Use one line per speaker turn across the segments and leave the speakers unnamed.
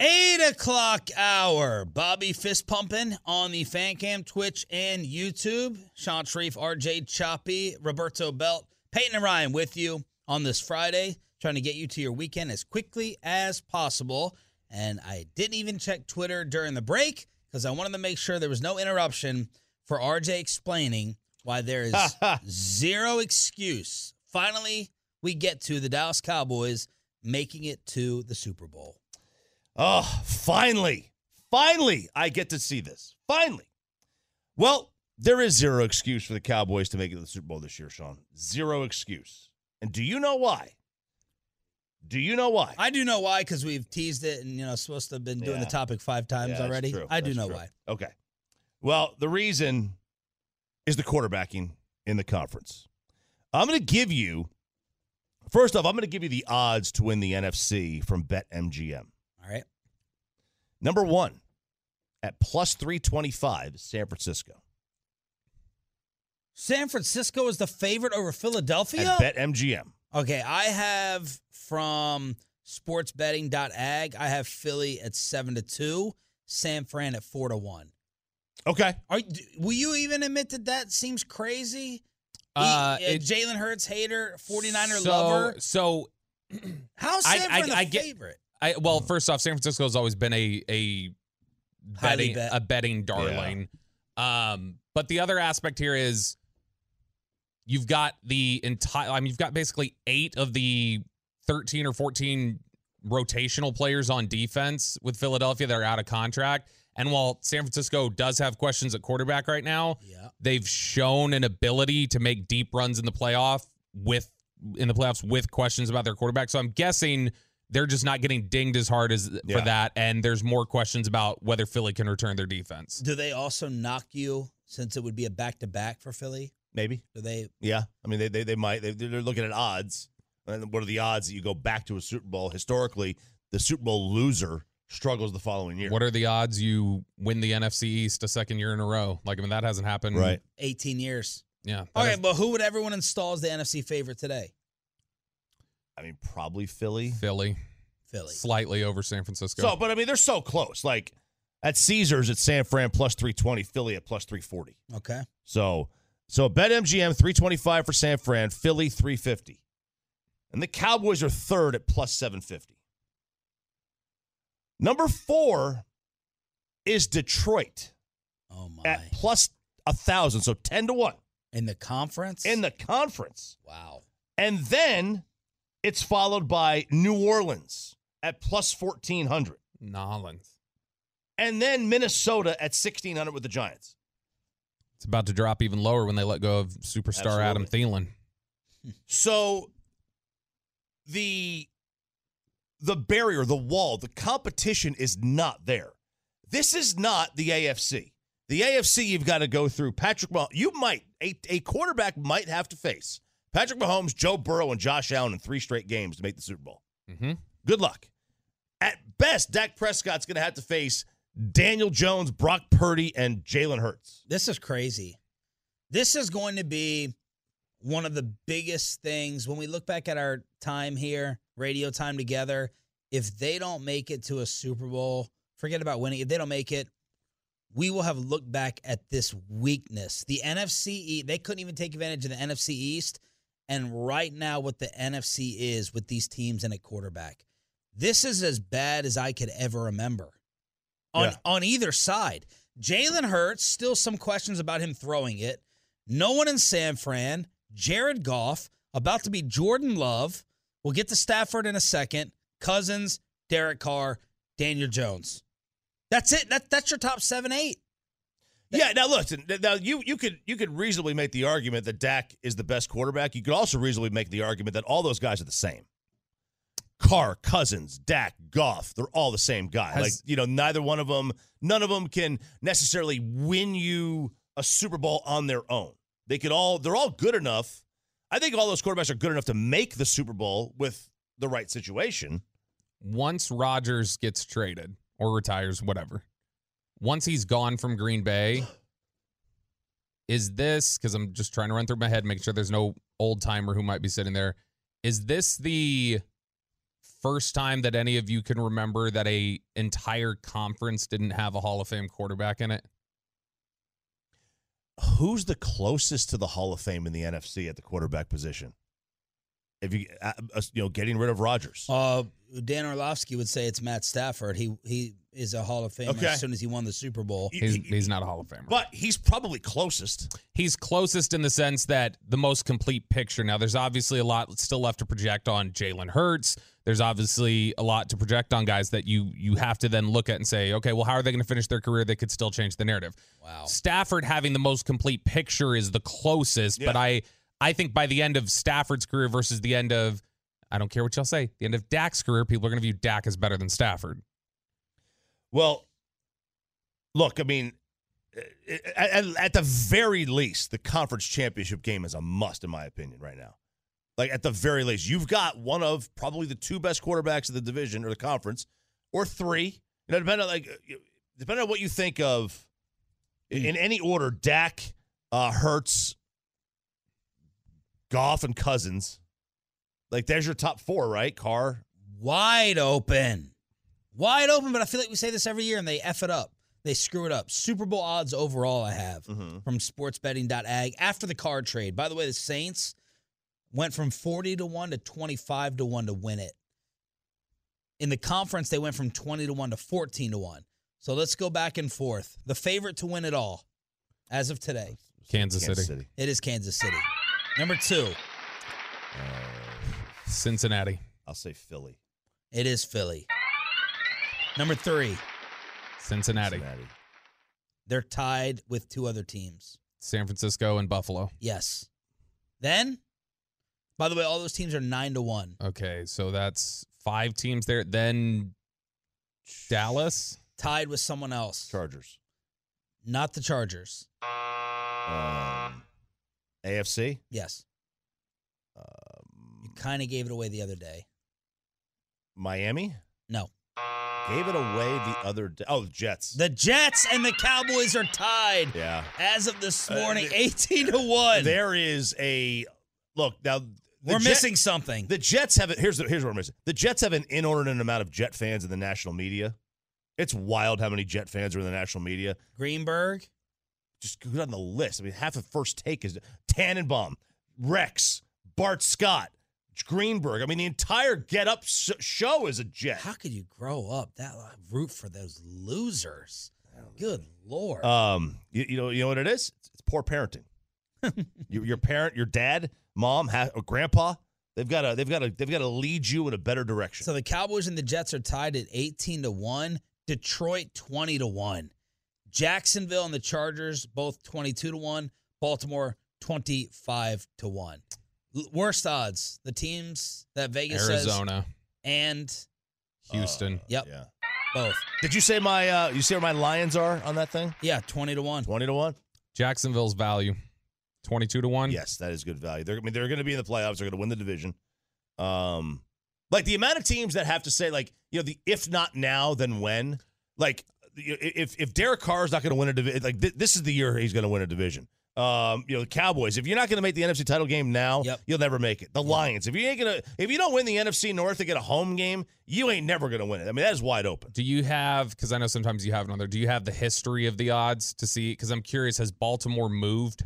Eight o'clock hour. Bobby fist pumping on the fan cam, Twitch, and YouTube. Sean Sharif, RJ Choppy, Roberto Belt, Peyton and Ryan with you on this Friday, trying to get you to your weekend as quickly as possible. And I didn't even check Twitter during the break because I wanted to make sure there was no interruption for RJ explaining why there is zero excuse. Finally, we get to the Dallas Cowboys making it to the Super Bowl.
Oh, finally. Finally, I get to see this. Finally. Well, there is zero excuse for the Cowboys to make it to the Super Bowl this year, Sean. Zero excuse. And do you know why? Do you know why?
I do know why because we've teased it and you know supposed to have been doing
Yeah.
the topic five times
Yeah, that's
already.
true.
I do
That's
know
true.
why.
Okay. Well, the reason is the quarterbacking in the conference. I'm going to give you, first off, I'm going to give you the odds to win the NFC from BetMGM.
All right.
Number one, at plus 325, is San Francisco.
San Francisco is the favorite over Philadelphia.
At BetMGM.
okay, I have from sportsbetting.ag, I have Philly at seven to two, San Fran at four to one.
Okay.
Are d- will you even admit that that seems crazy?
Uh,
He-
it-
Jalen Hurts hater, 49er
so,
lover.
So
How's
I-
San
I-
Fran the
I get-
favorite?
I well, first off, San Francisco has always been a a
Highly
betting
bet.
a betting darling. Um, but the other aspect here is you've got the entire. I mean, you've got basically eight of the thirteen or fourteen rotational players on defense with Philadelphia that are out of contract. And while San Francisco does have questions at quarterback right now,
Yeah.
they've shown an ability to make deep runs in the playoff with in the playoffs with questions about their quarterback. So I'm guessing they're just not getting dinged as hard as
Yeah.
for that, and there's more questions about whether Philly can return their defense.
Do they also knock you since it would be a back to back for Philly?
Maybe.
Do they
Yeah. I mean, they they, they might. They, they're looking at odds. And what are the odds that you go back to a Super Bowl? Historically, the Super Bowl loser struggles the following year.
What are the odds you win the NFC East a second year in a row? Like I mean, that hasn't happened.
right.
18 years?
Yeah. that
All right,
hasn't-
but who would everyone install as the NFC favorite today?
I mean, probably Philly.
Philly
Philly.
slightly over San Francisco.
So, but I mean, they're so close. Like at Caesars, it's San Fran plus 320, Philly at plus 340.
Okay.
So, so bet MGM 325 for San Fran, Philly 350. And the Cowboys are third at plus 750. Number four is Detroit
Oh my.
at plus a thousand, so 10 to 1
in the conference?
in the conference.
Wow.
And then it's followed by New Orleans at plus 1400.
Nolans.
And then Minnesota at 1600 with the Giants.
It's about to drop even lower when they let go of superstar Adam Thielen.
So the the barrier, the wall, the competition is not there. This is not the AFC. The AFC you've got to go through Patrick Mahomes. You might a, a quarterback might have to face Patrick Mahomes, Joe Burrow, and Josh Allen in three straight games to make the Super Bowl.
Mm-hmm.
Good luck. At best, Dak Prescott's going to have to face Daniel Jones, Brock Purdy, and Jalen Hurts.
This is crazy. This is going to be one of the biggest things when we look back at our time here, radio time together. If they don't make it to a Super Bowl, forget about winning. If they don't make it, we will have looked back at this weakness. The NFC, E- they couldn't even take advantage of the NFC East. And right now, what the NFC is with these teams and a quarterback, this is as bad as I could ever remember on,
Yeah.
on either side. Jalen Hurts, still some questions about him throwing it. No one in San Fran. Jared Goff, about to be Jordan Love. We'll get to Stafford in a second. Cousins, Derek Carr, Daniel Jones. That's it. That, that's your top seven, eight.
Yeah. Now look. th- Now you you could you could reasonably make the argument that Dak is the best quarterback. You could also reasonably make the argument that all those guys are the same. Carr, Cousins, Dak, Goff, they're all the same guy.
Has-
like you know, neither one of them, none of them can necessarily win you a Super Bowl on their own. They could all they're all good enough. I think all those quarterbacks are good enough to make the Super Bowl with the right situation.
once Rodgers gets traded or retires, whatever, once he's gone from Green Bay, is this because I'm just trying to run through my head, make sure there's no old timer who might be sitting there. Is this the first time that any of you can remember that a entire conference didn't have a Hall of Fame quarterback in it?
Who's the closest to the Hall of Fame in the NFC at the quarterback position? If you uh, uh, you know getting rid of Rodgers,
Oh,
Uh, Dan Orlovsky would say it's Matt Stafford. He he is a Hall of Famer
Okay.
as soon as he won the Super Bowl.
He-
He's,
he-
he's not a Hall of Famer.
but he's probably closest.
he's closest in the sense that the most complete picture. Now, there's obviously a lot still left to project on Jalen Hurts. There's obviously a lot to project on guys that you you have to then look at and say, okay, well, how are they going to finish their career? They could still change the narrative.
Wow.
Stafford having the most complete picture is the closest, but
Yeah.
I I think by the end of Stafford's career versus the end of I don't care what y'all say, the end of Dak's career, people are going to view Dak as better than Stafford.
Well, look, I mean, eh, at, at- at the very least, the conference championship game is a must, in my opinion, right now. Like, at the very least, you've got one of probably the two best quarterbacks of the division or the conference, or three. You know, depending on, like, you- depending on what you think of
Hmm.
in, in any order, Dak, uh, Hertz, Goff, and Cousins. Like, there's your top four, right? Carr.
Wide open. Wide open, but I feel like we say this every year and they F it up. They screw it up. Super Bowl odds overall, I have
Mm-hmm.
from sportsbetting.ag after the card trade. By the way, the Saints went from 40 to 1 to 25 to 1 to win it. In the conference, they went from 20 to 1 to 14 to 1. So let's go back and forth. The favorite to win it all as of today.
Kansas, City.
It is Kansas City. Number two,
Cincinnati,
Uh, I'll say Philly.
it is Philly. Number three,
Cincinnati,
Cincinnati.
they're tied with two other teams.
San Francisco, and Buffalo.
Yes. Then, by the way, all those teams are nine to one.
Okay, so that's five teams there. Then Dallas,
Tied with someone else.
Chargers.
Not the Chargers.
Um, AFC.
Yes. You
Um,
kind of gave it away the other day.
Miami.
No.
Gave it away the other day. Oh, the Jets.
The Jets and the Cowboys are tied
yeah.
as of this
Uh,
morning,
the-
18 to 1.
There is a look now. the
We're
Jet-
missing something.
the Jets have it. Here's the, here's what we're missing. The Jets have an inordinate amount of Jet fans in the national media. It's wild how many Jet fans are in the national media.
Greenberg,
Just go down the list. I mean, half of first take is Tannenbaum, Rex, Bart Scott, Greenberg. I mean, the entire Get Up s- show is a Jet.
how could you grow up that lo- root for those losers? Good lord.
Um, you, you know, you know what it is? It's, it's poor parenting. your, your parent, your dad, mom, ha- or grandpa, they've got to, they've got to, they've got to lead you in a better direction.
so the Cowboys and the Jets are tied at 18 to 1, Detroit 20 to 1. Jacksonville and the Chargers both 22 to 1, Baltimore 25 to 1. L- worst odds, the teams that Vegas says
Arizona,
and
Houston.
Uh,
Yep.
Yeah.
both.
Did you say my? Uh, you see where my Lions are on that thing?
Yeah, 20 to 1.
Twenty to one.
Jacksonville's value, twenty-two to one.
Yes, that is good value. They're, I mean, they're going to be in the playoffs. They're going to win the division. Um, like the amount of teams that have to say, like, you know, the if not now, then when. Like, you know, if if Derek Carr is not going to win a division, like thi- this is the year he's going to win a division. Um, you know, the Cowboys. If you're not going to make the NFC title game now,
Yep.
you'll never make it. The Lions. If you ain't gonna, if you don't win the NFC North and get a home game, you ain't never going to win it. I mean, that is wide open.
Do you have? Because I know sometimes you have another. Do you have the history of the odds to see? Because I'm curious. Has Baltimore moved?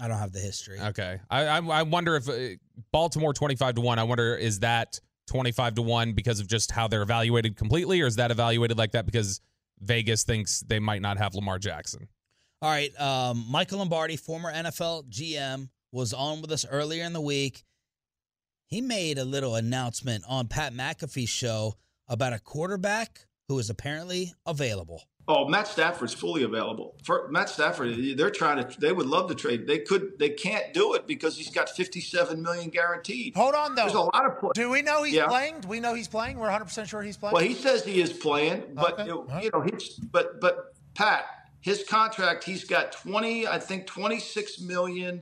I don't have the history.
Okay. I I, I wonder if uh, Baltimore twenty-five to one. I wonder is that twenty-five to one because of just how they're evaluated completely, or is that evaluated like that because Vegas thinks they might not have Lamar Jackson?
All right. Um, Michael Lombardi, former NFL GM, was on with us earlier in the week. He made a little announcement on Pat McAfee's show about a quarterback who is apparently available.
Oh, Matt Stafford's fully available. For Matt Stafford, they're trying to. They would love to trade. They could. They can't do it because he's got fifty-seven million guaranteed.
Hold on, though.
There's a lot of. Play-
Do we know he's
Yeah.
playing? Do we know he's playing? We're 100% sure he's playing.
well, he says he is playing, but
Okay.
you know, you know, he's but but Pat, his contract, he's got twenty. I think twenty-six million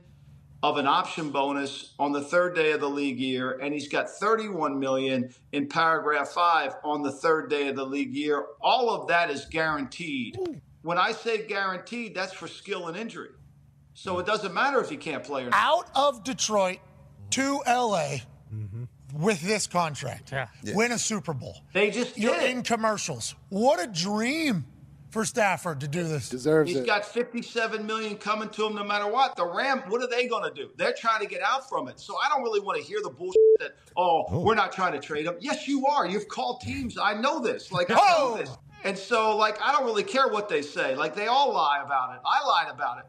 of an option bonus on the third day of the league year, and he's got thirty-one million in paragraph five on the third day of the league year. All of that is guaranteed. When I say guaranteed, that's for skill and injury.
Hmm.
So it doesn't matter if he can't play or not.
out of Detroit to LA with this contract. Yeah. Win a Super Bowl.
They just
You're
did.
in commercials. What a dream for Stafford to do this.
Deserves
He's
it.
got 57 million coming to him no matter what. The Ram, what are they going to do? They're trying to get out from it. So I don't really want to hear the bullshit that oh, we're not trying to trade him. Yes, you are. You've called teams. I know this. Like I know
Oh!
this. And so like I don't really care what they say. Like they all lie about it. I lied about it.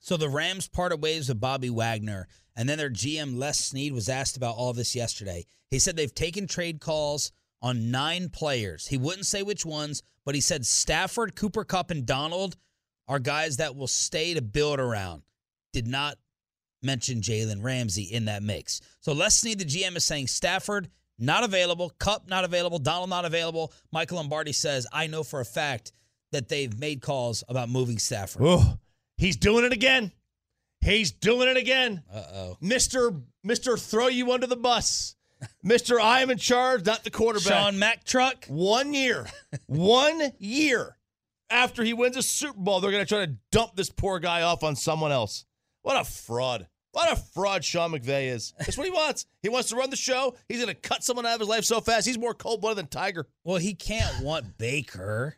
So the Rams parted ways with Bobby Wagner, and then their GM Les Snead was asked about all this yesterday. He said they've taken trade calls on nine players. He wouldn't say which ones, but he said Stafford, Cooper Cup, and Donald are guys that will stay to build around. Did not mention Jalen Ramsey in that mix. So Les Snead, the GM, is saying Stafford not available, Cup not available, Donald not available. Michael Lombardi says, I know for a fact that they've made calls about moving Stafford.
Oh, he's doing it again. He's doing it again.
Uh oh.
Mr. Mr. Throw you under the bus. Mr. I am in charge, not the quarterback.
Sean Mack truck.
One year, one year after he wins a Super Bowl, they're going to try to dump this poor guy off on someone else. What a fraud. What a fraud Sean McVay is. That's what he wants. He wants to run the show. He's going to cut someone out of his life so fast. He's more cold blooded than Tiger.
Well, he can't want Baker.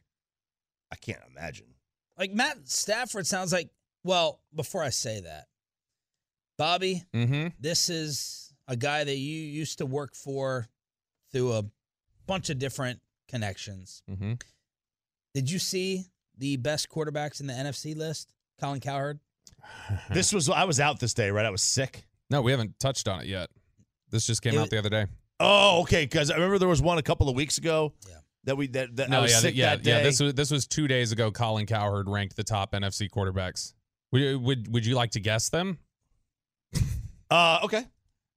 I can't imagine.
Like Matt Stafford sounds like. Well, before I say that, Bobby,
Mm-hmm.
this is a guy that you used to work for through a bunch of different connections.
Mm-hmm.
Did you see the best quarterbacks in the NFC list? Colin Cowherd.
Hmm.
This was, I was out this day, right? I was sick.
No, we haven't touched on it yet. This just came
It
out
was-
the other day.
Oh, okay. Because I remember there was one a couple of weeks ago
Yeah.
that we, that, that I
No,
was
yeah,
sick
yeah,
that day.
yeah. This was this was two days ago. Colin Cowherd ranked the top NFC quarterbacks. Would would, would you like to guess them?
uh, okay.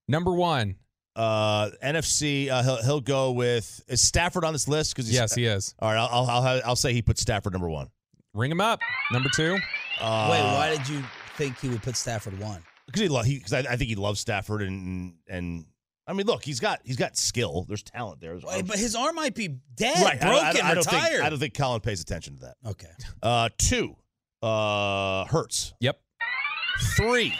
Number one,
Uh, NFC, uh, he'll, he'll go with, is Stafford on this list? Because
yes, he is.
All right, I'll I'll, I'll, I'll say he put Stafford number one.
Ring him up. Number two,
Uh,
Wait, why did you think he would put Stafford one?
Because he lo- he because I, I think he loves Stafford and and I mean look he's got he's got skill. There's talent there. There's
Wait,
arms-
but his arm might be dead,
um, right, I don't-
broken,
I, don't- I don't think-
retired.
I don't think Colin pays attention to that.
okay.
Uh, two, uh, Hurts.
yep,
Three,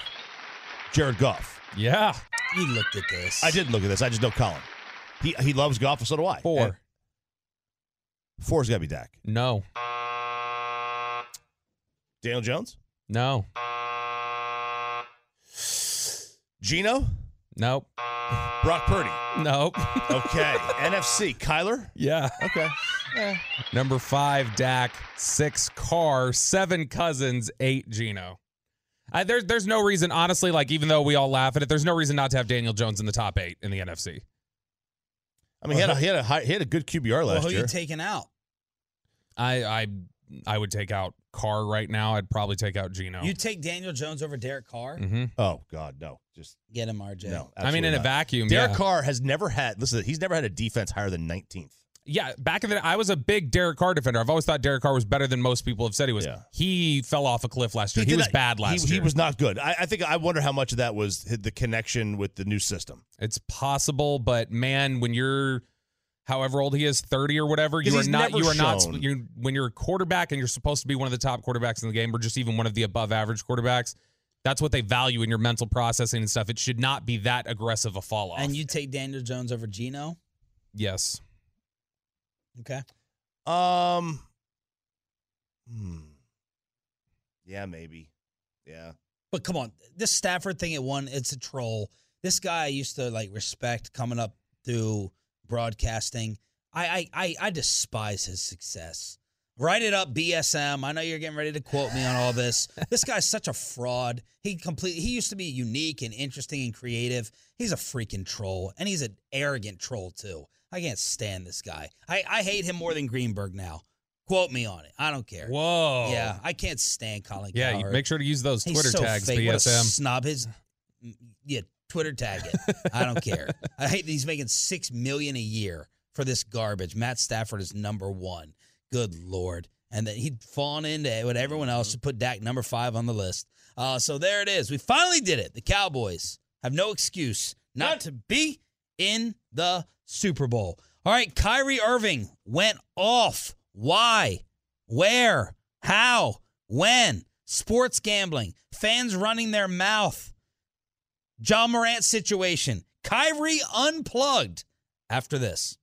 Jared Goff.
yeah,
You looked at this.
I did look at this. I just know Colin. He he loves golf, and so do I.
four.
And four's got to be Dak.
no,
Daniel Jones.
no,
Gino.
nope,
Brock Purdy.
nope.
Okay. NFC. Kyler.
yeah.
Okay.
Number five, Dak. Six, Carr. Seven, Cousins. Eight, Gino. I, there's there's no reason, honestly. Like even though we all laugh at it, there's no reason not to have Daniel Jones in the top eight in the NFC.
I mean, he had a he had a high, he had a good QBR
Well,
last
who
year.
you taking out?
I I I would take out Carr right now. I'd probably take out Gino.
You take Daniel Jones over Derek Carr?
hmm
oh God, no, just
Get him, RJ.
no.
I mean, in
absolutely
a
not.
vacuum,
Derek
yeah.
Carr has never had. Listen, he's never had a defense higher than 19th.
yeah, back in the I was a big Derek Carr defender. I've always thought Derek Carr was better than most people have said he was.
Yeah.
He fell off a cliff last year. He,
did
was
not-
bad
he-
last
He,
year.
was not good. I, I think. I wonder how much of that was the connection with the new system.
It's possible, but man, when you're however old he is, 30 or whatever, you are
Because he's
not
never
you are
shown.
not you when you're a quarterback and you're supposed to be one of the top quarterbacks in the game or just even one of the above average quarterbacks, that's what they value in your mental processing and stuff. It should not be that aggressive a fall off.
And you take Daniel Jones over Geno?
yes.
Okay.
Um. hmm. Yeah, maybe. Yeah.
But come on, this Stafford thing at one, it's a troll. This guy I used to like respect coming up through broadcasting. I I I, I despise his success. Write it up, BSM. I know you're getting ready to quote me on all this. This guy's such a fraud. He completely he used to be unique and interesting and creative. He's a freaking troll. And he's an arrogant troll too. I can't stand this guy. I, I hate him more than Greenberg now. Quote me on it. I don't care.
Whoa.
Yeah, I can't stand Colin
Yeah, you
Cowherd.
make sure to use those
He's
Twitter
so
tags,
fake. What a
BSM.
snob. His yeah, Twitter tag it. I don't care. I hate that he's making six million a year for this garbage. Matt Stafford is number one. Good lord. And then he'd fallen into what everyone
Mm-hmm.
else should put Dak number five on the list. Uh, so there it is. We finally did it. The Cowboys have no excuse not to be in the Super Bowl. All right, Kyrie Irving went off. Why? Where? How? When? Sports gambling, fans running their mouth, John Morant situation, Kyrie unplugged after this.